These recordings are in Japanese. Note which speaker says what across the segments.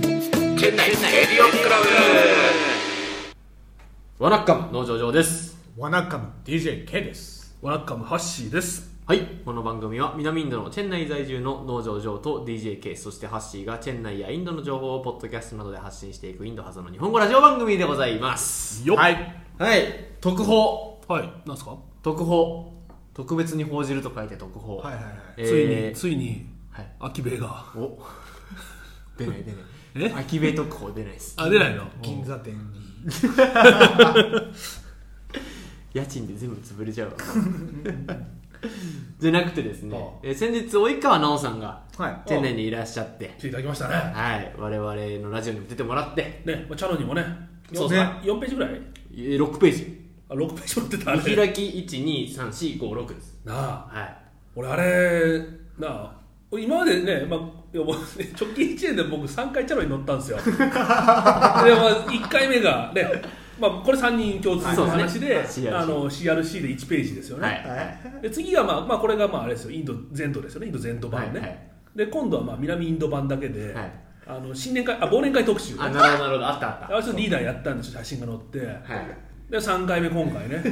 Speaker 1: 店内エリオンクラブ
Speaker 2: ワナッカム農場上です
Speaker 3: ワナカム DJK ですワナカムハッシーです
Speaker 2: はいこの番組は南インドのチェン内在住の農場上と DJK そしてハッシーがチェン内やインドの情報をポッドキャストなどで発信していくインド発の日本語ラジオ番組でございます
Speaker 3: よ
Speaker 2: はい、
Speaker 3: い
Speaker 2: はい、特報
Speaker 3: はいなんすか
Speaker 2: 特報特別に報じると書いて特報
Speaker 3: はいはいはい、
Speaker 2: えー
Speaker 3: ついについに
Speaker 2: はい
Speaker 3: 秋兵衛が
Speaker 2: お 出ない出ない
Speaker 4: え
Speaker 2: 秋部特報出ないです
Speaker 4: あ出ないの
Speaker 3: 銀座店に
Speaker 2: 家賃で全部潰れちゃうわ じゃなくてですね、えー先日及川奈緒さんが
Speaker 3: はい
Speaker 2: チェン内にいらっしゃって
Speaker 4: 来ていただきましたね
Speaker 2: はい、我々のラジオにも出てもらって、
Speaker 4: ね、まあ、チャロにもね
Speaker 2: そう
Speaker 3: ね
Speaker 4: 4ページぐらい
Speaker 2: えー6ページ。
Speaker 4: あ6ページ持ってたあ
Speaker 2: 見
Speaker 4: れ
Speaker 2: 開き1、2、3、4、5、6です。
Speaker 4: なあ
Speaker 2: はい。
Speaker 4: 俺あれなあ俺今までね、まあ、いやもうね直近1年で僕3回チャロに乗ったんですよで、まあ、1回目がねまあ、これ3人共通の話で、
Speaker 2: そうですね
Speaker 4: あの CRC で1ページですよね、
Speaker 2: はい。
Speaker 4: で次が、まあまあ、これがまああれですよインド全土ですよねインド全土版ね、
Speaker 2: はいはい
Speaker 4: で今度はまあ南インド版だけで、
Speaker 2: はい
Speaker 4: あの新年会あ忘年会特集、
Speaker 2: あ、
Speaker 4: あ
Speaker 2: なるほど、なるほど。あったあった。
Speaker 4: れちょっとリーダーやったんですよ写真が載って、
Speaker 2: はい。
Speaker 4: で3回目今回 ね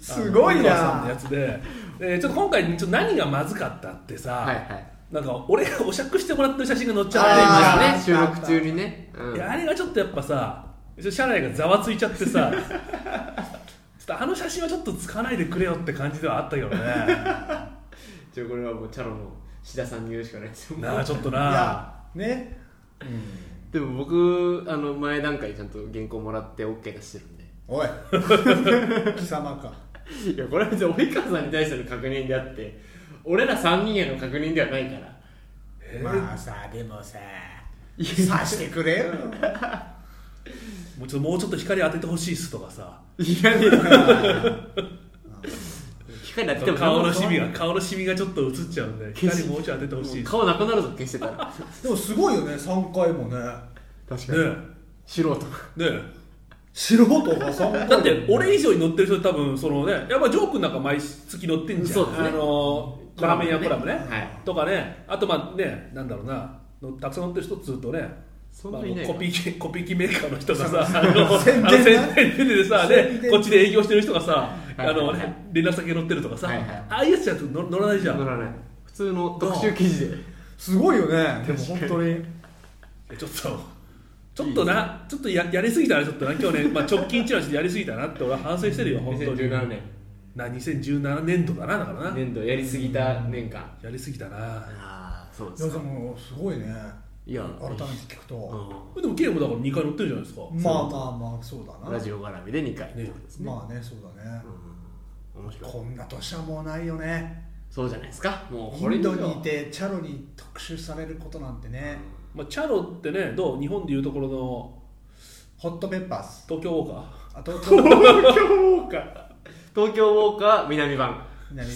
Speaker 3: すごい
Speaker 4: あ
Speaker 3: な
Speaker 4: のさんのやつででちょっと今回ちょっと何がまずかったってさ、
Speaker 2: はいはい。
Speaker 4: なんか俺がお釈してもらってる写真が載っちゃ
Speaker 2: あ
Speaker 4: っ
Speaker 2: り
Speaker 4: て
Speaker 2: ましたね、収録中にね。う
Speaker 4: 今
Speaker 2: ん。
Speaker 4: いや
Speaker 2: は
Speaker 4: あれがちょっとやっぱさ社内がざわついちゃって さちょっとあの写真はちょっと使わないでくれよって感じではあったけどね
Speaker 2: ちょ、これはもう、チャロの志田さんに言うしかないですよ。
Speaker 4: なあちょっと
Speaker 3: い
Speaker 4: な
Speaker 3: やね
Speaker 2: でも僕、あの、前段階にちゃんと原稿もらって OK 出してるんで。
Speaker 3: おい貴様か
Speaker 2: いや、これは別に及川さんに対しての確認であって、俺ら3人への確認ではないから。
Speaker 3: まあさでもささしてくれよ
Speaker 4: もうちょっともうちょっと光当ててほしいっすとかさ
Speaker 2: いやね光なっても
Speaker 4: 顔のシミが顔のシミがちょっと映っちゃうんで光もうちょい当ててほしいっすね
Speaker 2: 顔なくなるぞ消してたら
Speaker 3: でもすごいよね3回もね
Speaker 2: 確
Speaker 4: え
Speaker 2: 素人が
Speaker 4: ねえ
Speaker 3: 素人が3回も
Speaker 4: だって俺以上に乗ってる人多分そのねやっぱジョー君なんか毎月乗ってんじゃん
Speaker 2: そうですね
Speaker 4: あのーラーメン屋コラムね、
Speaker 2: はい
Speaker 4: とかねあとまあねなんだろうなのたくさん乗ってる人っつうとね
Speaker 2: そんないない
Speaker 4: あ
Speaker 2: よ
Speaker 4: のコピー機 コピー機メーカーの人がさあ の
Speaker 3: 宣伝な
Speaker 4: あの宣伝でさ
Speaker 3: 宣
Speaker 4: で
Speaker 3: 伝
Speaker 4: こっちで営業してる人がさあ
Speaker 2: はい
Speaker 4: の
Speaker 2: はいは
Speaker 4: ね連絡先乗ってるとかさ、
Speaker 2: はいはい
Speaker 4: ああいうやつじゃ乗乗らないじゃん
Speaker 2: 乗らない普通の特集記事です
Speaker 3: ごいよねでも本当に
Speaker 4: えちょっとちょっとなちょっとややりすぎたなちょっとな今日ね、まあ、直近一覧してやりすぎたなって俺は反省してるよ本当に
Speaker 2: 2017年
Speaker 4: な2017年度だなだからな、
Speaker 2: 年度やりすぎた年間
Speaker 4: やりすぎたな
Speaker 2: ああそうで
Speaker 3: いやでもすごいね
Speaker 2: いや
Speaker 3: 改めて聞くと、
Speaker 4: でもケイもだから2回乗ってるじゃないですか
Speaker 3: まあまあまあそうだ
Speaker 2: う
Speaker 3: なん
Speaker 2: ラジオ絡みで2回ってことですね
Speaker 3: まあねそうだね、
Speaker 2: 面白い
Speaker 3: こんな年はもうないよね
Speaker 2: そうじゃないですかもう
Speaker 3: イ
Speaker 2: これ
Speaker 3: ン
Speaker 2: 以上
Speaker 3: ドにいてチャロに特集されることなんてね、
Speaker 4: まあ、チャロってねどう日本でいうところの
Speaker 3: ホットペッパース
Speaker 4: 東京ウォーカ
Speaker 3: あと南
Speaker 4: ー東京ウォーカー
Speaker 2: 東京ウォーカー南版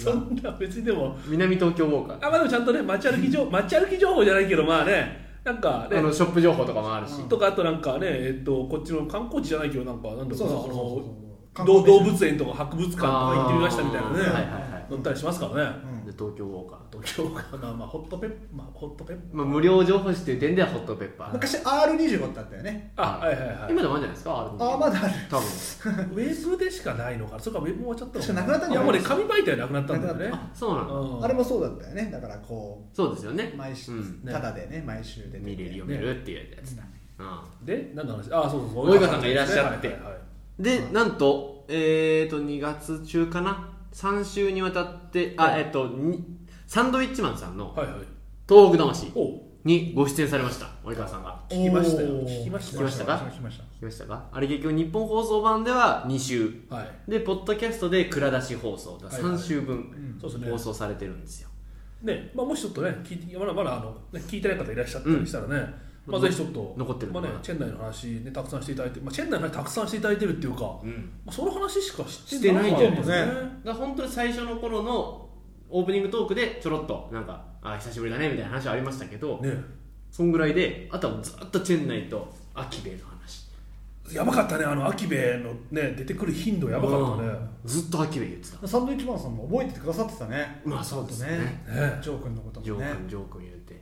Speaker 4: そ
Speaker 3: 版
Speaker 4: んな別にでも
Speaker 2: 南東京ウォーカ
Speaker 4: あまあでもちゃんとね街歩き情街歩き情報じゃないけどまあねなんか
Speaker 2: ーあ
Speaker 4: ね
Speaker 2: のショップ情報とかもあるし
Speaker 4: とかあとなんかねえっとこっちの観光地じゃないけどなんかなんだろうな
Speaker 3: そうそうそう
Speaker 4: あ
Speaker 3: そ
Speaker 4: の
Speaker 3: う
Speaker 4: 動動物園とか博物館とか行ってみましたみたいなね、
Speaker 2: あーはいはいはい
Speaker 4: 乗ったりしますからね
Speaker 3: うん
Speaker 2: で東京ウォーカー
Speaker 4: 東京ウォーカーまあまあホットペッまあホットペッ
Speaker 2: まあ無料情報誌という点ではホットペッパー
Speaker 3: 昔 R25 だったよね
Speaker 4: あはいはいはい
Speaker 2: 今でもあるんじゃないですか
Speaker 3: あまだある
Speaker 2: 多分
Speaker 4: ウェブでしかないのか、それからウェブもちょっと。
Speaker 3: 確かなくなったん
Speaker 4: い
Speaker 3: じ
Speaker 4: や
Speaker 3: ゃ
Speaker 4: も
Speaker 3: な
Speaker 4: う
Speaker 3: い
Speaker 4: ね、紙媒体なくなったんだよね。
Speaker 2: あそうなの
Speaker 4: うん
Speaker 3: あれもそうだったよねだからこ
Speaker 2: そうですよね
Speaker 3: う毎週、
Speaker 2: うん
Speaker 4: ね
Speaker 3: ただでね毎週で
Speaker 2: 見れる読めるっていうやつだ、う
Speaker 4: で、何の話あ、そうそうそう。
Speaker 2: 及川さんがいらっしゃって
Speaker 4: はいはいはい
Speaker 2: ん、でなんとえっ、ー、と2月中かな3週にわたってあえっ、とにサンドウィッチマンさんの
Speaker 4: はいはい。
Speaker 2: 「東北魂
Speaker 4: お」
Speaker 2: にご出演されました及川さんが
Speaker 4: 聞きましたよ
Speaker 3: おー
Speaker 4: 聞きました
Speaker 2: 聞きましたか
Speaker 3: 聞きました
Speaker 2: 聞きましたかあれ結局日本放送版では2週
Speaker 4: はい。
Speaker 2: でポッドキャストで蔵出し放送だ3週分
Speaker 4: そうですね
Speaker 2: 放送されてるんですよ
Speaker 4: ね、まあもしちょっとね、聞いてまだまだあの、ね、聞いてない方いらっしゃったりしたらね、まあぜひちょっと、
Speaker 2: 残ってる
Speaker 4: ま
Speaker 2: の
Speaker 4: あ
Speaker 2: か
Speaker 4: ね
Speaker 2: な、
Speaker 4: チェン内の話ね、たくさんしていただいて、まあチェン内の話たくさんしていただいてるっていうか、
Speaker 2: ん
Speaker 4: まあその話しかし
Speaker 2: して
Speaker 4: て
Speaker 2: な
Speaker 4: ないい
Speaker 2: ん
Speaker 4: んじ
Speaker 2: じ
Speaker 4: ゃな
Speaker 2: ゃな
Speaker 4: いい
Speaker 2: で
Speaker 4: ですす
Speaker 2: か
Speaker 4: か
Speaker 2: ね
Speaker 4: ね。
Speaker 2: が本当に最初の頃のオープニングトークでちょろっとなんかあ久しぶりだねみたいな話はありましたけど、
Speaker 4: ね、
Speaker 2: そんぐらいであとはもうずっとチェン内とアキベイの話
Speaker 4: やばかったね、あの、アキベのね、出てくる頻度やばかったね。
Speaker 2: うんずっとアキベイ言ってた
Speaker 3: サンドウィッチマンさんも覚えててくださってたね
Speaker 2: まあそうですね
Speaker 3: ちょっとね
Speaker 4: ね
Speaker 3: ジョー君のこと
Speaker 2: ジョ
Speaker 3: もね
Speaker 2: ー君ジョー君言うて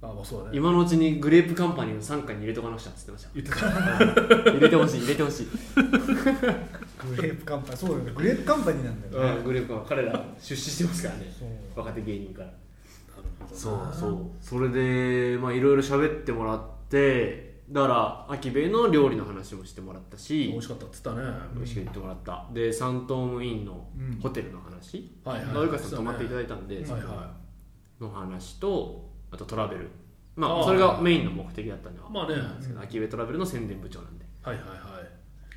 Speaker 4: あまあそうだね
Speaker 2: 今のうちにグレープカンパニーを傘下に入れとかなくちゃって言って
Speaker 4: 言ってた
Speaker 2: ました入れてほしい入れてほしい、
Speaker 3: グレープカンパニーそうだよねグレープカンパニーなんだよね、
Speaker 2: グレープカンパニー彼ら出資してますからね
Speaker 3: そう
Speaker 2: 若手芸人から
Speaker 4: なるほど
Speaker 2: そうそうそれでまあいろいろ喋ってもらってだから秋兵衛の料理の話もしてもらった
Speaker 4: 美
Speaker 2: し
Speaker 4: 味しかったっつったね
Speaker 2: 美味しく言ってもらったでサントームインの
Speaker 3: うん
Speaker 2: ホテルの話
Speaker 4: はいはい
Speaker 2: 及川さん泊まっていただいたんで
Speaker 4: はいは
Speaker 2: の話とあとトラベルま
Speaker 4: あ
Speaker 2: あ
Speaker 4: あ
Speaker 2: それがメインの目的だったんでは
Speaker 4: まあね
Speaker 2: なんですけど秋兵衛トラベルの宣伝部長なんで
Speaker 4: いはいはいはい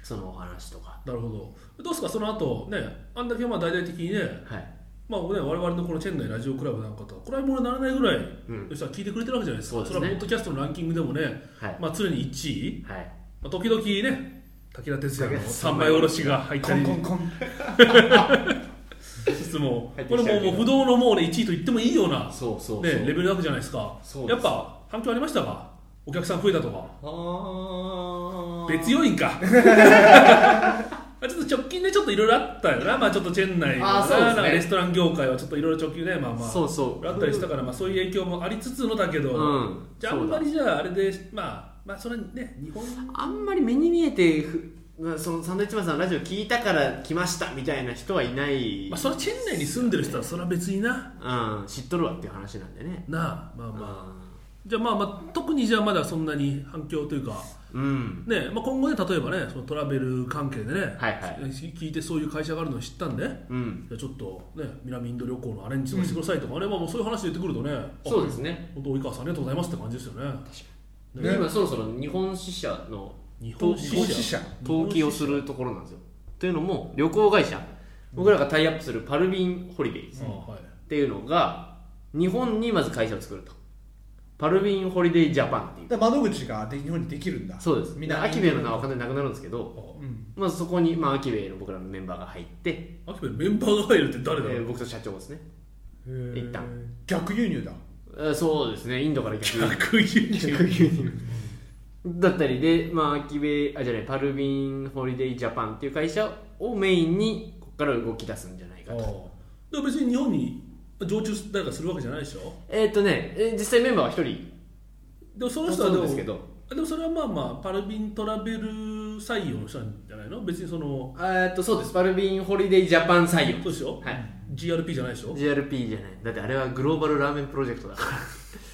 Speaker 2: そのお話とか
Speaker 4: なるほどどうですかその後ねあんだけまあ大々的にね
Speaker 2: はい
Speaker 4: まあね、我々のこのチェン内ラジオクラブなんかとは比べ物にならないぐらい
Speaker 2: うん
Speaker 4: 吉さん聞いてくれてるわけじゃないですか、
Speaker 2: そうですね
Speaker 4: れはポッドキャストのランキングでもね、
Speaker 2: はい
Speaker 4: まあ、常に1位、
Speaker 2: はい
Speaker 4: まあ、時々ね武田鉄矢の
Speaker 2: 武田鉄矢
Speaker 4: 三枚おろしが入っ
Speaker 3: コ
Speaker 4: た
Speaker 3: ン
Speaker 4: り
Speaker 3: コンコン
Speaker 4: しつも
Speaker 2: 入って
Speaker 4: これ
Speaker 2: きちゃ
Speaker 4: も
Speaker 2: う
Speaker 4: う
Speaker 2: け
Speaker 4: も
Speaker 2: ど
Speaker 4: う不動のもう、ね、1位と言ってもいいような、ね、
Speaker 2: そうそうそう
Speaker 4: レベルなわけじゃないですか
Speaker 2: そうです
Speaker 4: やっぱ反響ありましたかお客さん増えたとか
Speaker 2: あ
Speaker 4: 別要因 かまあちょっと直近でちょっといろいろあったよな、まあ、ちょっとチェン内の
Speaker 2: あーそうですね
Speaker 4: なんかレストラン業界はちょっといろいろ直球ね、まあまあ、
Speaker 2: そうそう
Speaker 4: あったりしたから、まあ、そういう影響もありつつのだけど、
Speaker 2: うん
Speaker 4: じゃああ
Speaker 2: そうんだ
Speaker 4: まりじゃああれでまあまあそれね日本
Speaker 2: あんまり目に見えてふまあそのサンドイッチマンさんのラジオ聞いたから来ましたみたいな人はいない、
Speaker 4: まあそれチェーン内に住んでる人はそれは別にな
Speaker 2: うん、知っとるわっていう話なんでね
Speaker 4: なあまあまあ、
Speaker 2: まあ
Speaker 4: じゃあまあまあ特にじゃあまだそんなに反響というか
Speaker 2: うん
Speaker 4: ねまあ今後ね例えばねそのトラベル関係でね、
Speaker 2: はいはい
Speaker 4: し聞いてそういう会社があるのを知ったんで
Speaker 2: うん
Speaker 4: じゃあちょっとね南インド旅行のアレンジとかしてくださいとかね、まあもうそういう話で言ってくるとね
Speaker 2: そう
Speaker 4: で
Speaker 2: ですね
Speaker 4: 本当及川さんありがとうございますって感じですよね
Speaker 3: ね
Speaker 2: 今そろそろ日本支社の
Speaker 4: 日本支社
Speaker 2: 登記登記をするところなんですよというのも旅行会社僕らがタイアップするパルビンホリデイズ
Speaker 4: ああはい
Speaker 2: っていうのが日本にまず会社を作るとパルビンホリデイジャパンっていう
Speaker 3: だから窓口がで日本にできるんだ
Speaker 2: そうです
Speaker 3: みんな
Speaker 2: アキベの名は完全になくなるんですけど
Speaker 3: うん
Speaker 2: まずそこに、まあ、アキベイの僕らのメンバーが入って、
Speaker 4: アキベメンバーが入るって
Speaker 2: え
Speaker 4: 誰だろう、
Speaker 2: ー僕と社長ですね、
Speaker 3: へー
Speaker 2: 一旦
Speaker 3: 逆輸入だ
Speaker 2: えーそうですねインドから逆に
Speaker 4: 逆輸入
Speaker 2: だったりで、まあ、アキベイあじゃないパルビンホリデイジャパンっていう会社をメインにここから動き出すんじゃないか
Speaker 4: ああ
Speaker 2: と
Speaker 4: でも別に日本に常駐誰かするわけじゃないでしょ
Speaker 2: えーっ、とねえー実際メンバーは一人
Speaker 4: でもそ
Speaker 2: そ
Speaker 4: の人はで
Speaker 2: う
Speaker 4: も
Speaker 2: ですけど
Speaker 4: でもそれはまあまあパルビントラベル採用の人なんじゃないの別にその
Speaker 2: えーっとそうですパルビンホリデイジャパン採
Speaker 4: そ
Speaker 2: 用
Speaker 4: うでしょ、
Speaker 2: はい
Speaker 4: GRP じゃないでしょ
Speaker 2: GRP じゃないだってあれはグローバルラーメンプロジェクトだから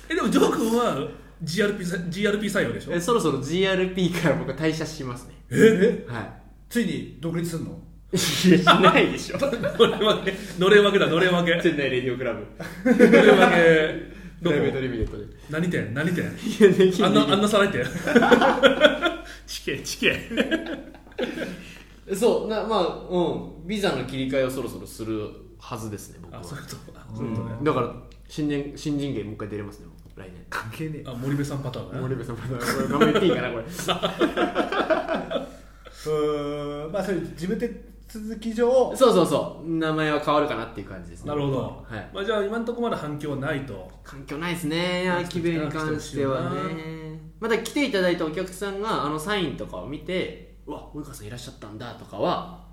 Speaker 4: えでもジョー君は GRP, GRP 採用でしょ
Speaker 2: えそろそろ GRP から僕は退社しますね
Speaker 3: え
Speaker 2: は
Speaker 3: ついに独立すんの
Speaker 2: いいや し ないでしょ
Speaker 4: のれんけのれんわけだのれんわけの
Speaker 2: 店内レディオクラブ
Speaker 4: れんわけど
Speaker 2: プライベート
Speaker 4: こ
Speaker 2: リミテッドで
Speaker 4: 何店何 店
Speaker 2: いやでき
Speaker 4: あんなあ
Speaker 2: なん
Speaker 4: な皿 店チケチケ
Speaker 2: いそうなまあうんビザの切り替えをそろそろするはずですね僕は
Speaker 4: あそういうことあ
Speaker 2: うんだから新年新人芸もう一回出れますね僕来年
Speaker 3: 関係ね
Speaker 4: あ森部さんパターンね
Speaker 2: 森部さんまだこれ名前言っていいかなこ れ
Speaker 3: うーんまあそれ事務手続き上
Speaker 2: そうそうそう名前は変わるかなっていう感じですね
Speaker 4: なるほど、
Speaker 2: はい
Speaker 4: まあ、じゃあ今のところまだ反響はないと
Speaker 2: 環境ないですね秋部に関しては
Speaker 4: 来
Speaker 2: ね
Speaker 4: てほし
Speaker 2: また来ていただいたお客さんがあのサインとかを見てうわ及川さんいらっしゃったんだとかは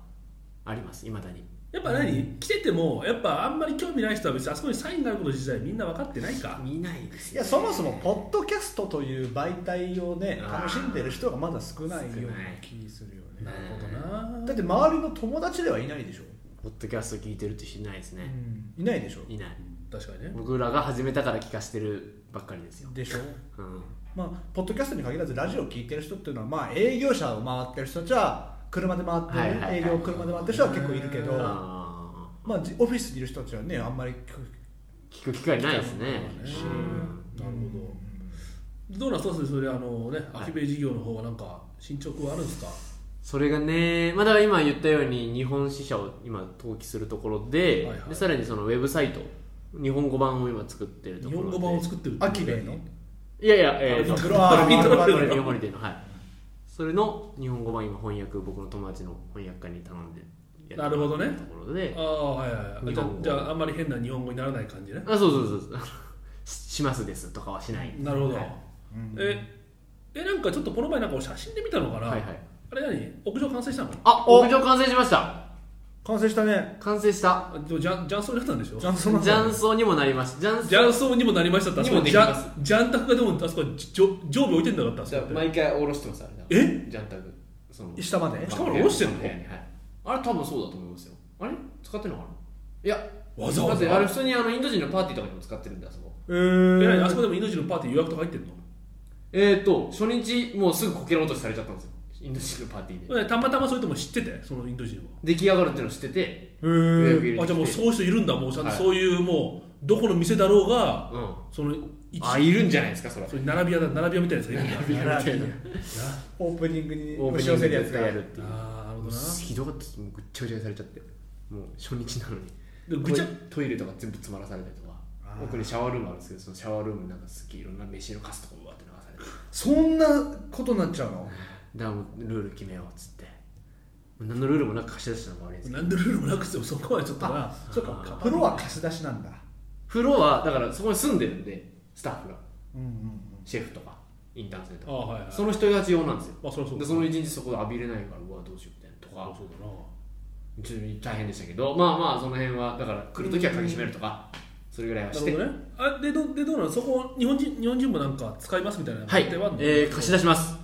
Speaker 2: ありますいまだに
Speaker 4: やっぱ何、来ててもやっぱあんまり興味ない人は別にあそこにサインがあること自体みんな分かってないか
Speaker 2: 見ないです
Speaker 3: い
Speaker 2: よ
Speaker 3: や
Speaker 2: ね
Speaker 3: そもそもポッドキャストという媒体をね
Speaker 2: あー
Speaker 3: 楽しんでる人がまだ少な
Speaker 2: 少
Speaker 3: いような
Speaker 2: ない
Speaker 3: 気するよ
Speaker 4: な
Speaker 3: ね
Speaker 4: るほどな
Speaker 3: だって周りの友達ではいないでしょ、
Speaker 2: ポッドキャスト聞いてるって人いないですね、
Speaker 3: いないでしょ
Speaker 2: いない
Speaker 4: 確かにね
Speaker 2: 僕らが始めたから聞かしてるばっかりですよ、
Speaker 3: でしょ
Speaker 2: うん、
Speaker 3: まあポッドキャストに限らずラジオを聞いてる人っていうのはまあ営業者を回ってる人たちは車で回ってる、
Speaker 2: はいはいはい
Speaker 3: 営業を車で回ってる人は結構いるけど、
Speaker 2: あ
Speaker 3: まあ、じオフィスにいる人たちはねあんまり聞く
Speaker 2: ー聞く機会ないですね
Speaker 4: なるほどどうなんそうですそれあのね
Speaker 2: はい
Speaker 4: アキベイ事業の方はなんか進捗はあるんですか、
Speaker 2: それがねまあだから今言ったように日本支社を今登記するところで,、
Speaker 4: はいはい
Speaker 2: でさらにそのウェブサイト日本語版を今作ってると
Speaker 4: 日
Speaker 2: ころ
Speaker 4: 本
Speaker 2: で
Speaker 4: 語版を作ってる
Speaker 3: アキベイの
Speaker 2: いやいや、え
Speaker 4: あ
Speaker 2: ー、
Speaker 3: グロアー
Speaker 2: これ
Speaker 3: グ ロ
Speaker 2: 日本語でのはいそれの日本語版今翻訳僕の友達の翻訳家に頼んでやってもら
Speaker 4: なるほどね
Speaker 2: ところで
Speaker 4: ああはいはいはい
Speaker 2: 日
Speaker 4: じゃあ
Speaker 2: 本語
Speaker 4: じゃああんまり変な日本語にならない感じね
Speaker 2: あそうそうそうそう ししますですとかはしない
Speaker 4: なるほど、
Speaker 2: はい
Speaker 4: ええなんかちょっとこの前なんかお写真で見たのかな、
Speaker 2: はいはい
Speaker 4: あれ何屋上完成したの
Speaker 2: あ屋上完成しました
Speaker 3: 完成したね
Speaker 2: 完成した
Speaker 4: あでもジャンジャンソーになったんでしょ
Speaker 3: ジャンソン
Speaker 2: 雀荘にもなりました雀
Speaker 4: ジ
Speaker 2: 荘
Speaker 4: ャンソーにもなりましたってあそこ
Speaker 2: にもで
Speaker 4: ジ
Speaker 2: きま
Speaker 4: ャンジャンタクがでもあそこじじょ常備置いてんなかったあそこって
Speaker 2: 毎回下ろしてますあれだ
Speaker 4: え
Speaker 2: ジャンタグその
Speaker 3: 下まで
Speaker 4: 下まで下ろしてんの
Speaker 2: 部屋にはいあれ多分そうだと思いますよあれ使ってんのかないや
Speaker 4: わざわざ
Speaker 2: だってあれ普通にあのインド人のパーティーとかにも使ってるんだあそこ
Speaker 3: え
Speaker 4: え
Speaker 3: ー
Speaker 4: あそこでも命のパーティー予約とか入ってんの
Speaker 2: えーと初日もうすぐこけら落としされちゃったんですよインド人のパーティーで
Speaker 4: えたまたまそれとも知っててそのインド人は
Speaker 2: 出来上がるっていうのを知ってて
Speaker 3: え
Speaker 2: 予
Speaker 3: ー
Speaker 2: 約入れてきて
Speaker 4: あじゃあもうそういう人いるんだもうちゃんと
Speaker 2: はい
Speaker 4: そういうもうどこの店だろうが
Speaker 2: うん
Speaker 4: その一
Speaker 2: あいるんじゃないですかそれ
Speaker 4: そういう並び屋だ並び屋みたいなやつがいるんだ
Speaker 2: みたいな
Speaker 3: オープニングに
Speaker 2: オープ
Speaker 3: 押し
Speaker 2: ニン
Speaker 3: 寄
Speaker 2: グ
Speaker 3: せるや
Speaker 2: で
Speaker 3: つ
Speaker 2: や
Speaker 3: が
Speaker 2: るっていう
Speaker 4: ああなるほどな
Speaker 2: ひどかったですもうぐっちゃぐちゃにされちゃってもう初日なのに
Speaker 4: でぐちゃ
Speaker 2: トイトイレとか全部詰まらされたりとか
Speaker 3: あー
Speaker 2: 奥にシャワールームあるんですけどそのシャワールームになんかすっげえいろんな飯のカスとかうわって流されてだか
Speaker 3: そんなことになっちゃうの
Speaker 2: らもうルール決めようっつって何のルールもなく貸し出したのも悪いんですけど
Speaker 4: なんでルールもなくてもそこまでちょっとな
Speaker 3: そうか風呂は貸し出しなんだ
Speaker 2: 風呂はだからそこに住んでるんでスタッフが
Speaker 3: うんうん
Speaker 2: シェフとかインターン生と
Speaker 4: ああ
Speaker 2: か
Speaker 4: はいはい
Speaker 2: その人たち用なんですよ
Speaker 4: まあそりゃそう
Speaker 2: で
Speaker 4: だ
Speaker 2: その一日そこで浴びれないからうわどうしようみたいな
Speaker 4: あ
Speaker 2: とか
Speaker 4: そうだな
Speaker 2: ちょっと大変でしたけどまあまあその辺はだから来るときは鍵閉めるとかそれぐらいは
Speaker 4: な
Speaker 2: し
Speaker 4: るほ
Speaker 2: て
Speaker 4: どねあでどでどうなのそこ日本人日本人もなんか使いますみたいな
Speaker 2: はい
Speaker 4: 予定はあん、の
Speaker 2: えー貸し出します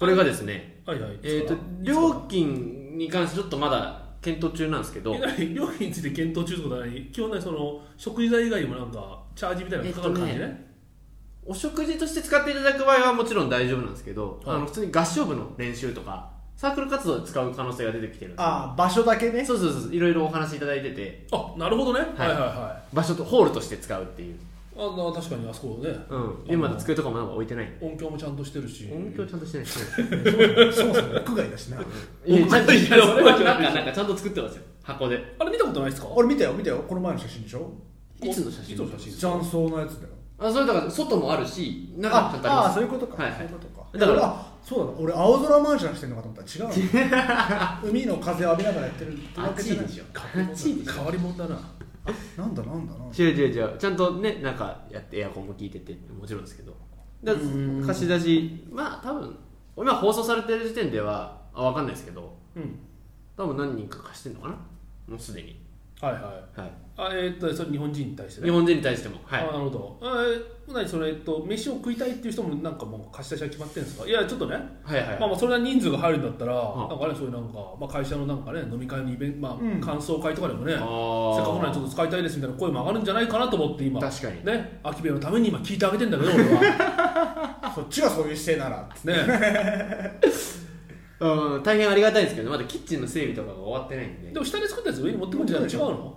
Speaker 2: これがですね
Speaker 4: はいはい
Speaker 2: えー、と料金に関してちょっとまだ検討中なんですけど、
Speaker 4: え何料金について検討中ってことは何基本的にその食事代以外にもなんかチャージみたいなのかかる感じね,、
Speaker 2: えっとお食事として使っていただく場合はもちろん大丈夫なんですけど、
Speaker 4: はい
Speaker 2: あの普通に合唱部の練習とか、サークル活動で使う可能性が出てきてるんで、
Speaker 3: ああ場所だけ ね
Speaker 2: そうそうそう、いろいろお話いただいてて、
Speaker 4: あなるほどね、はい、はいはいあ
Speaker 2: 場所とホールとして使うっていう、
Speaker 4: な確かにあそこね、
Speaker 2: うん、でまだ机とかもなんか置いてないんで、
Speaker 4: 音響もちゃんとしてるし
Speaker 2: 音響ちゃんとしてないし、
Speaker 3: そもそも屋外だしな
Speaker 2: いやちゃんと、いやそれはなんか、
Speaker 4: 音
Speaker 2: なんかちゃんと作ってますよ、箱で。
Speaker 4: あれ見たことないですか
Speaker 3: 俺見たよ見たよこの前の写真でしょ
Speaker 2: いつの写真
Speaker 4: いつの写真です
Speaker 3: ジ
Speaker 4: か
Speaker 3: ャンソーのやつだよ
Speaker 2: あそれだから、外もあるし、中もちゃ
Speaker 3: あ
Speaker 2: んとあり
Speaker 3: あ
Speaker 2: ま
Speaker 3: ー
Speaker 2: す
Speaker 3: そういうことか、
Speaker 2: はいはい
Speaker 3: そういうこと
Speaker 2: だ
Speaker 3: か
Speaker 2: から
Speaker 3: 俺あそうだな俺青空マンションしてんのかと思ったら違うの 海の風浴びながらやってるってわけ
Speaker 2: 暑
Speaker 3: じゃ
Speaker 2: い
Speaker 3: ない
Speaker 2: でしょ、暑いでしょ。
Speaker 4: 変わり者だな
Speaker 3: なんだなんだなんだ
Speaker 2: 違う違う違うちゃんとねなんかやってエアコンも効いててもちろんですけどだから
Speaker 4: うん
Speaker 2: 貸し出しまあ多分今放送されてる時点ではあ分かんないですけど
Speaker 4: うん
Speaker 2: 多分何人か貸してんのかなもうすでに、
Speaker 4: はいはい
Speaker 2: はい、
Speaker 4: あえーっとそれ日本人に対して
Speaker 2: 日
Speaker 4: ね
Speaker 2: 本人に対してもは
Speaker 4: あ
Speaker 2: い
Speaker 4: なるほど、えー、何それ、えっと、飯を食いたいっていう人もなんかもう貸し出しは決まってるんですかいやちょっとね、
Speaker 2: はいはい
Speaker 4: まあ、まあそれなりに人数が入るんだったら、
Speaker 2: ん
Speaker 4: なんかねそういうなんか、まあ、会社のなんかね飲み会のイベント、まあ
Speaker 3: うん
Speaker 4: 感想会とかでもねせっ
Speaker 2: あ
Speaker 4: か
Speaker 2: ー
Speaker 4: くならちょっと使いたいですみたいな声も上がるんじゃないかなと思って今
Speaker 2: 確かに
Speaker 4: ね秋部屋のために今聞いてあげてんだけど俺は
Speaker 3: そっちがそういう姿勢なら
Speaker 4: ね
Speaker 2: うん大変ありがたいですけどまだキッチンの整備とかが終わってないんで
Speaker 4: でも下に作ったやつ上に持ってくんじゃない違うの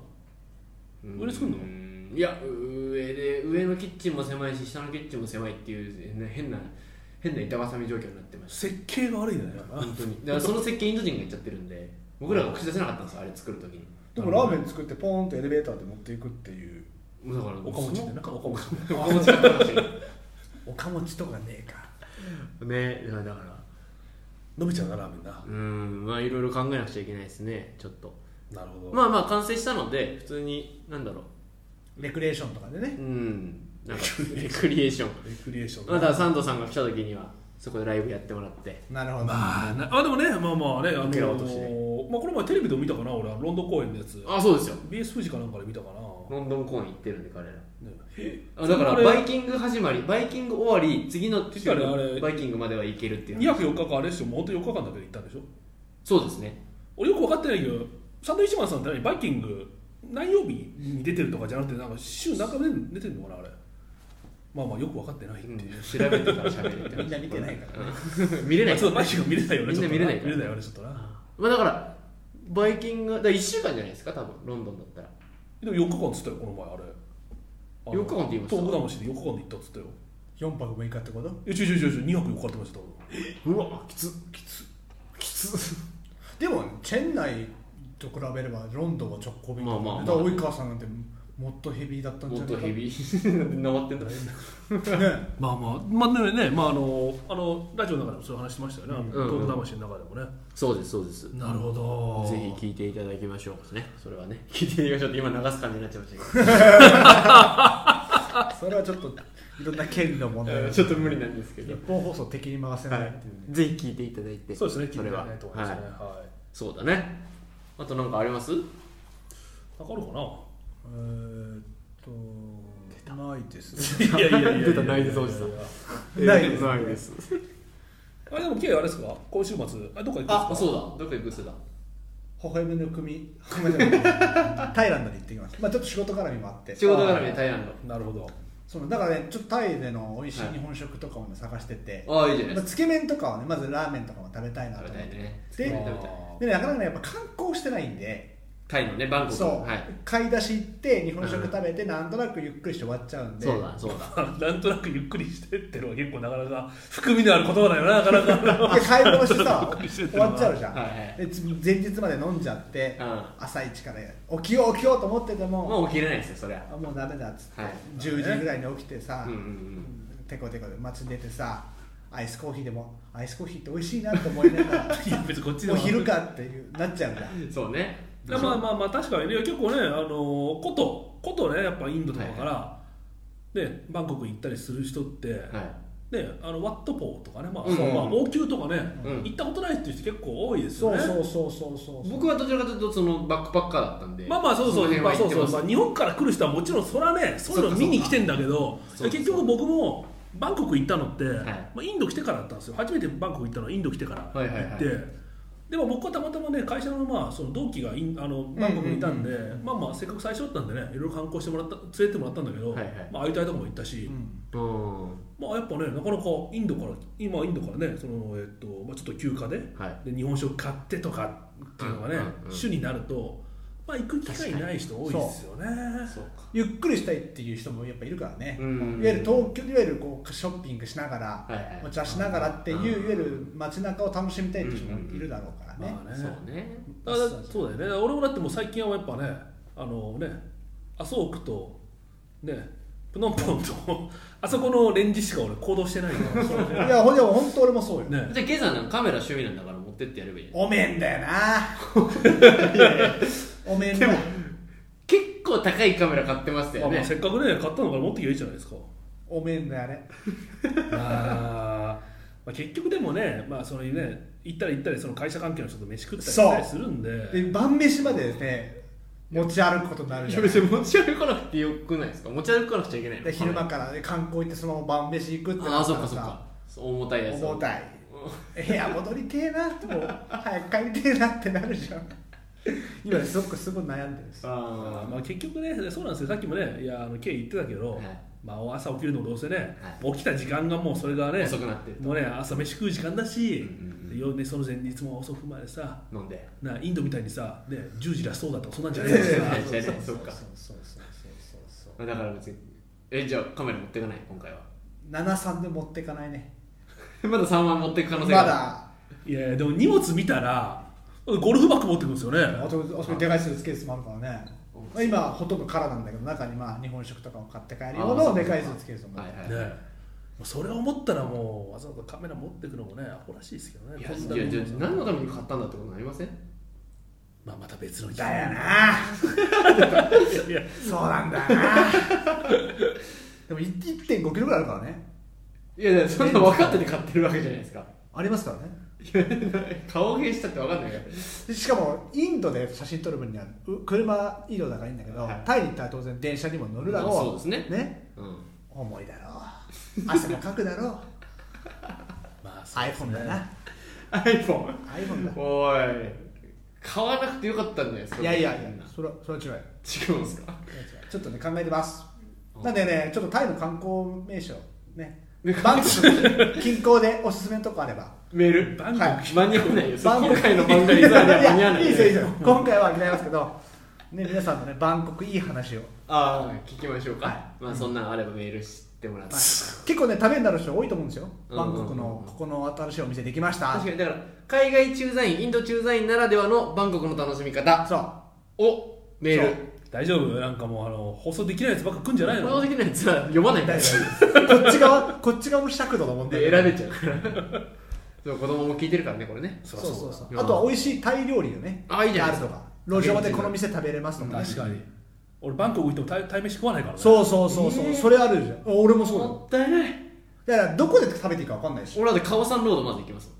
Speaker 2: うん
Speaker 4: 上で作るの
Speaker 2: うんいや上で上のキッチンも狭いし下のキッチンも狭いっていうね変な変な板挟み状況になってました
Speaker 4: 設計が悪いんだよな
Speaker 2: 本当にだからその設計インド人が言っちゃってるんで僕らが口出せなかったんですよあれ作る時に
Speaker 3: でもラーメン作ってポーンとエレベーターで持っていくっていう
Speaker 2: もうだから
Speaker 4: おかもちで
Speaker 2: ね
Speaker 4: なんかおかもち
Speaker 2: おかもちだったらしい
Speaker 3: おかもちとかねえか
Speaker 2: ねだから
Speaker 4: 飲めちゃうなラーメンな
Speaker 2: うんまあいろいろ考えなくちゃいけないですねちょっと
Speaker 4: なるほど、
Speaker 2: まあまあ完成したので普通になんだろ
Speaker 3: レクレーションとかで
Speaker 2: う
Speaker 3: ね
Speaker 2: うんなんかレクリエーション
Speaker 4: レクリエーション
Speaker 2: まあだからサンドさんが来た時にはそこでライブやってもらって
Speaker 3: なるほど、
Speaker 4: まあ、な あでもね、まあまあね、あの
Speaker 2: 受けようとして
Speaker 4: まあ、これ前テレビでも見たかな、俺、ロンドン公演のやつ、
Speaker 2: あそうですよ
Speaker 4: BS 富士かなんかで見たかな、
Speaker 2: ロンドン公演行ってるんで彼ら
Speaker 4: ねえ
Speaker 2: あだから
Speaker 4: あれ
Speaker 2: バイキング始まりバイキング終わり次の週
Speaker 4: 確かにあれ
Speaker 2: バイキングまでは行けるっていう
Speaker 4: 2泊4日間、あれですよ、もう本当4日間だけで行ったんでしょ、
Speaker 2: そうですね
Speaker 4: 俺、よく分かってないけど、サンドウィッチマンさんって何、バイキング、何曜日に出てるとかじゃなくて、なんか週何回で出てるのかな、あれ、まあまあ、よく分かってないって
Speaker 2: う
Speaker 4: い
Speaker 2: ん
Speaker 4: う、
Speaker 2: 調べてから喋るって
Speaker 3: みんな見てないから
Speaker 2: 見れない
Speaker 4: まあちょっとバイキング見れないよね、
Speaker 2: みんな
Speaker 4: ちょっと
Speaker 2: 見れないから
Speaker 4: 見れないよね、ちょっとな、
Speaker 2: まあだからバイキングだから1週間じゃないですか多分ロンドンだったら
Speaker 4: でも4日間っつったよ、この前、あれ、あの
Speaker 2: 4日間って言いました
Speaker 4: 東北魂で4日間で行ったっつったよ、
Speaker 3: 4泊6日ってこと
Speaker 4: え、ちょいちょいちょいちょい、2泊4日ってましたよ、
Speaker 2: うわきつきつきつ
Speaker 3: でもチェンナイと比べればロンドンは直行便だもんね
Speaker 2: まあまあまあ
Speaker 3: だから及川さんなんてもっとヘビーだったんじ
Speaker 2: も
Speaker 3: ゃ
Speaker 2: っ
Speaker 3: ない
Speaker 2: とヘビーなまってんだね
Speaker 3: ね
Speaker 4: まあまあ、まあねね、まああの、あのラジオの中でもそういう話してましたよね、
Speaker 2: うん
Speaker 4: 東北魂の中でもね。
Speaker 2: そうですそうですぜ
Speaker 4: なるほど
Speaker 2: ひ聞いていただきましょうねそれはね聞いていただきましょうって今流す感じになっちゃいましたけど
Speaker 3: それはちょっといろんな権利の問題
Speaker 2: え
Speaker 3: が
Speaker 2: ーちょっと無理なんですけ
Speaker 3: 日
Speaker 2: ど
Speaker 3: 本放送敵に回せないっていうね、
Speaker 2: ぜひ聞いていただいて
Speaker 4: そうですね、聞いて
Speaker 2: れ
Speaker 4: み
Speaker 2: は
Speaker 4: たいと思いますね。
Speaker 2: はい
Speaker 4: は
Speaker 2: そうだねあとなんかあります
Speaker 4: わかるかな
Speaker 3: えーっとない ですね
Speaker 4: いやいやいやいや
Speaker 2: 出たないですおじさん
Speaker 3: ないです
Speaker 2: ないです
Speaker 4: あれでもケイあれですか今週末あどっか行くんですか
Speaker 2: あそうだどこ行くっすだ
Speaker 3: 微笑みの組 ごめんなさいタイランドに行ってきました、まあ、ちょっと仕事絡みもあって
Speaker 2: 仕事絡みでタイランド
Speaker 4: なるほど
Speaker 3: そのだからねちょっとタイでの美味し
Speaker 2: はい
Speaker 3: い日本食とかを、ね、探してて、
Speaker 2: ああいいじゃないです
Speaker 3: まあ、
Speaker 2: か
Speaker 3: つけ麺とかはねまずラーメンとかも食べたいなと
Speaker 2: 食
Speaker 3: 思
Speaker 2: べい
Speaker 3: ったて
Speaker 2: ね
Speaker 3: で
Speaker 2: 食べたい
Speaker 3: でねなかなかねやっぱ観光してないんで
Speaker 2: タイのねバンコク
Speaker 3: そう、
Speaker 2: のはい
Speaker 3: 買い出し行って日本食食べてなんとなくゆっくりして終わっちゃうんで
Speaker 2: そうだそうだ
Speaker 4: あ なんとなくゆっくりしてってのは結構なかなか 含みのある言葉だよななかな か
Speaker 3: で 買い物してさ終わっちゃうじゃん、
Speaker 2: はいはい
Speaker 3: でつ前日まで飲んじゃって、
Speaker 2: うん
Speaker 3: 朝一から起きよう起きようと思ってても、
Speaker 2: もう起きれないですよそりゃ
Speaker 3: あもうダメだっつって、
Speaker 2: はい
Speaker 3: 10時ぐらいに起きてさ、
Speaker 2: うんうんうん
Speaker 3: テコテコで街出てさアイスコーヒーでもアイスコーヒーって美味しいなと思いな がら
Speaker 4: いや別にこっちで
Speaker 3: お
Speaker 4: も
Speaker 3: 昼かっていうなっちゃうんだ
Speaker 2: そうね
Speaker 4: まあまあまあ確かにね結構ねあのーことことねやっぱインドとかから、ねバンコク行ったりする人って、
Speaker 2: はい
Speaker 4: ねあのワットポーとかねまあ、
Speaker 2: うんうん
Speaker 4: まあ王宮とかね、
Speaker 2: うん
Speaker 4: 行ったことないっていう人結構多いですよ
Speaker 3: そう
Speaker 4: ね
Speaker 3: そうそうそうそう
Speaker 2: 僕はどちらかというとそのバックパッカーだったんで
Speaker 4: まあまあそうそう
Speaker 2: の辺
Speaker 4: ま
Speaker 2: は
Speaker 4: あ
Speaker 2: 行
Speaker 4: そ
Speaker 2: っ
Speaker 4: う
Speaker 2: て
Speaker 4: そう
Speaker 2: ます
Speaker 4: まあ日本から来る人はもちろんそれはねそういうの見に来てんだけど
Speaker 2: そうかそうか
Speaker 4: 結局僕もバンコク行ったのって、
Speaker 2: い
Speaker 4: まあ、インド来てからだったんですよ初めてバンコク行ったのはインド来てから行って、
Speaker 2: はいはいはい
Speaker 4: でも僕はたまたまね会社の,、まあその同期がインあのバンコクにいたんで、
Speaker 3: うんうんうん
Speaker 4: まあまあせっかく最初だったんでねいろいろ観光してもらった連れてってもらったんだけど、
Speaker 2: はいはい
Speaker 4: まあ、会いたいとこも行ったし、
Speaker 3: うん
Speaker 2: うん
Speaker 4: まあ、やっぱねなかなかインドから今インドからねその、えっとまあ、ちょっと休暇で
Speaker 2: はい
Speaker 4: で日本食買ってとかっていうのがね、
Speaker 2: うんうんうん
Speaker 4: 主になると、まあ、行く機会ない人多いですよね。
Speaker 2: そうか
Speaker 3: ゆっくりしたいっていう人もやっぱいるからね、
Speaker 2: うん
Speaker 3: いわゆる東京いわゆるこうショッピングしながら、
Speaker 2: はいはい
Speaker 3: お茶しながらっていう、
Speaker 2: うん
Speaker 3: いわゆる街中を楽しみたいっていう人もいるだろうからね、
Speaker 4: まあね
Speaker 2: そうね
Speaker 4: だからそうだよねだから俺もだってもう最近はやっぱねあのね麻生区とねプノンプノンと あそこのレンジしか俺行動してないからそれ
Speaker 3: いやほんでも本当俺もそうよ、
Speaker 4: ね
Speaker 2: じゃあケイさんなんかカメラ趣味なんだから持ってってやればいいじゃん
Speaker 3: おめんだよなおめんだ
Speaker 2: 結構高いカメラ買ってました
Speaker 4: ま
Speaker 2: よ
Speaker 4: あまあ
Speaker 2: ね
Speaker 4: せっかくね買ったのから持ってきゃいいじゃないです か
Speaker 3: おめんだよね
Speaker 4: あーまあ結局でもねまあそのね行ったり行ったりその会社関係の人と飯食ったりしたりするんで
Speaker 3: で晩飯までですね持ち歩くことになる
Speaker 2: い
Speaker 3: じ
Speaker 2: や
Speaker 3: ゃない
Speaker 2: 別に持ち歩かなくてよくないですか持ち歩かなくちゃいけないの
Speaker 3: で昼間から、ね、観光行ってそのまま晩飯行くって
Speaker 2: あ
Speaker 3: な
Speaker 2: あ
Speaker 3: った
Speaker 2: そっ
Speaker 3: ら
Speaker 2: かそっ
Speaker 3: さ
Speaker 2: かそう重たいやつ
Speaker 3: 重たい部屋戻りてえなってもう早く帰りてえなってなるじゃん今ねすごくすごい悩んでるんです
Speaker 2: あ
Speaker 4: あー
Speaker 2: ー
Speaker 4: まあ、結局ね、そうなんですよ、さっきもね、いやあの K 言ってたけど、
Speaker 2: はい
Speaker 4: まあ、朝起きるのもどうせね、起きた時間がもうそれがね、
Speaker 2: 遅くなってると
Speaker 4: もうね、朝飯食う時間だし、
Speaker 2: うんうん
Speaker 4: で夜ね、その前日も遅くまでさ、
Speaker 2: 飲んで
Speaker 4: なインドみたいにさ、ね、10時だそうだとか、そんなんじゃないですか。
Speaker 2: 違う違うそっか
Speaker 3: そうそうそうそう
Speaker 2: まあだから別にえじゃあカメラ持ってかない今回は
Speaker 3: 73で持ってかないね
Speaker 2: まだ3万持ってく可能
Speaker 3: ま
Speaker 2: 性がある
Speaker 4: い
Speaker 3: だ
Speaker 4: やいやでも荷物見たら、ゴルフバッグ持ってくるんですよ
Speaker 3: あ
Speaker 4: ね。
Speaker 3: とあそこにでかいスーツケースもあるからね、まあ、今ほとんど空なんだけど中にまあ日本食とかを買って帰るよう
Speaker 2: あーそ
Speaker 3: な
Speaker 2: うか
Speaker 3: でかいスーツケースもある
Speaker 2: はいはい
Speaker 4: ねそれを思ったらもうわざわざカメラ持ってくのもねアホらしいですけどね
Speaker 2: いや
Speaker 4: こんなも
Speaker 2: いやじゃあ
Speaker 4: の
Speaker 2: 何のために買ったんだってことになりません
Speaker 4: まあまた別の機会
Speaker 3: だよな
Speaker 4: いや
Speaker 3: そうなんだよなでもい1.5キロぐらいあるからね
Speaker 2: いやいやそんな分かってて買ってるわけじゃないですか
Speaker 3: ありますからね
Speaker 2: いや 顔芸したって分かんないから
Speaker 3: でしかもインドで写真撮る分にはう車移動だからいいんだけど、
Speaker 2: はい
Speaker 3: タイに行ったら当然電車にも乗るだろう、
Speaker 2: まあそうですねうん
Speaker 3: 重いだろう汗もかくだろう
Speaker 4: まあそうです
Speaker 3: iPhone
Speaker 4: ね
Speaker 3: だな
Speaker 2: iPhone
Speaker 3: iPhone だ
Speaker 2: おい買わなくてよかったんじゃないですか
Speaker 3: いやいやいや
Speaker 2: みんな
Speaker 3: それはそれは違う
Speaker 2: 違
Speaker 3: よ
Speaker 2: うんですか
Speaker 3: ちょっとね考えてます
Speaker 2: うん
Speaker 3: なんでねちょっとタイの観光名所ね
Speaker 2: ね
Speaker 3: バンコク近郊でおすすめのとこあれば
Speaker 2: メール
Speaker 4: バンコ
Speaker 3: は
Speaker 2: 間に合わないよ
Speaker 3: バンコク
Speaker 2: 今回の番組さえ間に合わないよ
Speaker 3: いやいいですよいいですよ今回は嫌いますけどね皆さんのねバンコクいい 話を
Speaker 2: ああ聞きましょうか、
Speaker 3: は
Speaker 2: まあそんなのあればメールしてもらって、
Speaker 3: 結構ねためになる人多いと思うんですよ
Speaker 2: うん
Speaker 3: バンコクのここの新しいお店できました
Speaker 2: 確かにだから海外駐在員インド駐在員ならではのバンコクの楽しみ方
Speaker 3: そう
Speaker 2: をメール
Speaker 4: 大丈夫なんかもうあの放送できないやつばっか来んじゃない
Speaker 2: この
Speaker 4: の
Speaker 2: 時のやつは読まない から
Speaker 3: 大
Speaker 2: 選
Speaker 3: 丈夫こっち側こっち側も尺度の問題
Speaker 2: べちゃうから そう子供も聞いてるからねこれね
Speaker 4: そ
Speaker 3: そう
Speaker 4: ら
Speaker 3: そう
Speaker 4: だ
Speaker 3: そうそううあとは美味しいタイ料理よね
Speaker 2: あいいじゃない
Speaker 3: あ
Speaker 2: で
Speaker 3: る
Speaker 2: す
Speaker 3: と
Speaker 2: か
Speaker 3: か路上でこの店食べれますとかね
Speaker 4: 確かに俺バンコク行っても対対飯食わないからね
Speaker 3: そうそうそうそう、
Speaker 2: えー
Speaker 3: それあるじゃん俺もそうだよ
Speaker 2: もったいない
Speaker 3: だからどこで食べていいかわかんないし
Speaker 2: 俺はでカオサンロードまず行きます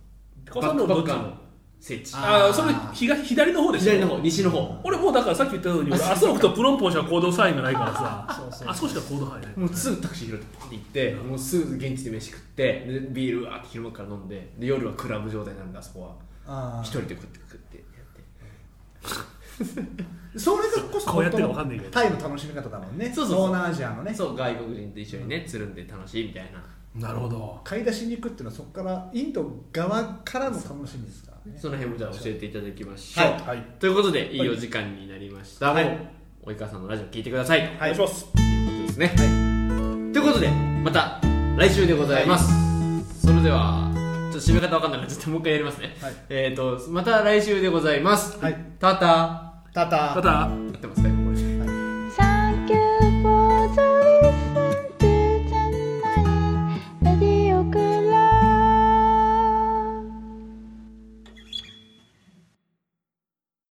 Speaker 4: 高さんのどっち
Speaker 2: バックパッ
Speaker 4: の
Speaker 2: 設置
Speaker 4: あ
Speaker 3: あー
Speaker 4: あそれ東左の方でしょ
Speaker 2: 左の方西の方
Speaker 4: 俺もうだからさっき言ったように俺麻生とプロンポンしか行動サインがないからさ
Speaker 3: そうそう
Speaker 4: あそこしか行動範囲ない
Speaker 2: もうすぐタクシー拾ってパッて行ってもうすぐ現地で飯食ってでビールわーって昼間から飲んでで夜はクラブ状態なんだあそこは
Speaker 3: あー
Speaker 2: 一人で食って食ってやって
Speaker 3: それがこそ
Speaker 4: こうやってるかわかんないけど
Speaker 3: タイの楽しみ方だもんね
Speaker 2: そうそうそう
Speaker 3: 東南アジアのね
Speaker 2: そう外国人と一緒にねつるんで楽しいみたいな
Speaker 4: なるほど
Speaker 3: 買い出しに行くっていうのはそこからインド側からの楽しみですからね
Speaker 2: その辺もじゃあ教えていただきましょう、
Speaker 3: はい
Speaker 4: はい
Speaker 2: ということでいいお時間になりました、
Speaker 3: はい
Speaker 2: もう及川さんのラジオ聞いてください、
Speaker 4: お願いします
Speaker 2: ということですね、ということでまた来週でございます、それではちょっと締め方わかんなくなっちゃってもう一回やりますね、
Speaker 3: はい
Speaker 2: えっ、ー、とまた来週でございます、
Speaker 3: はい
Speaker 2: タタ
Speaker 3: タタ
Speaker 4: ただ
Speaker 2: 合ってますか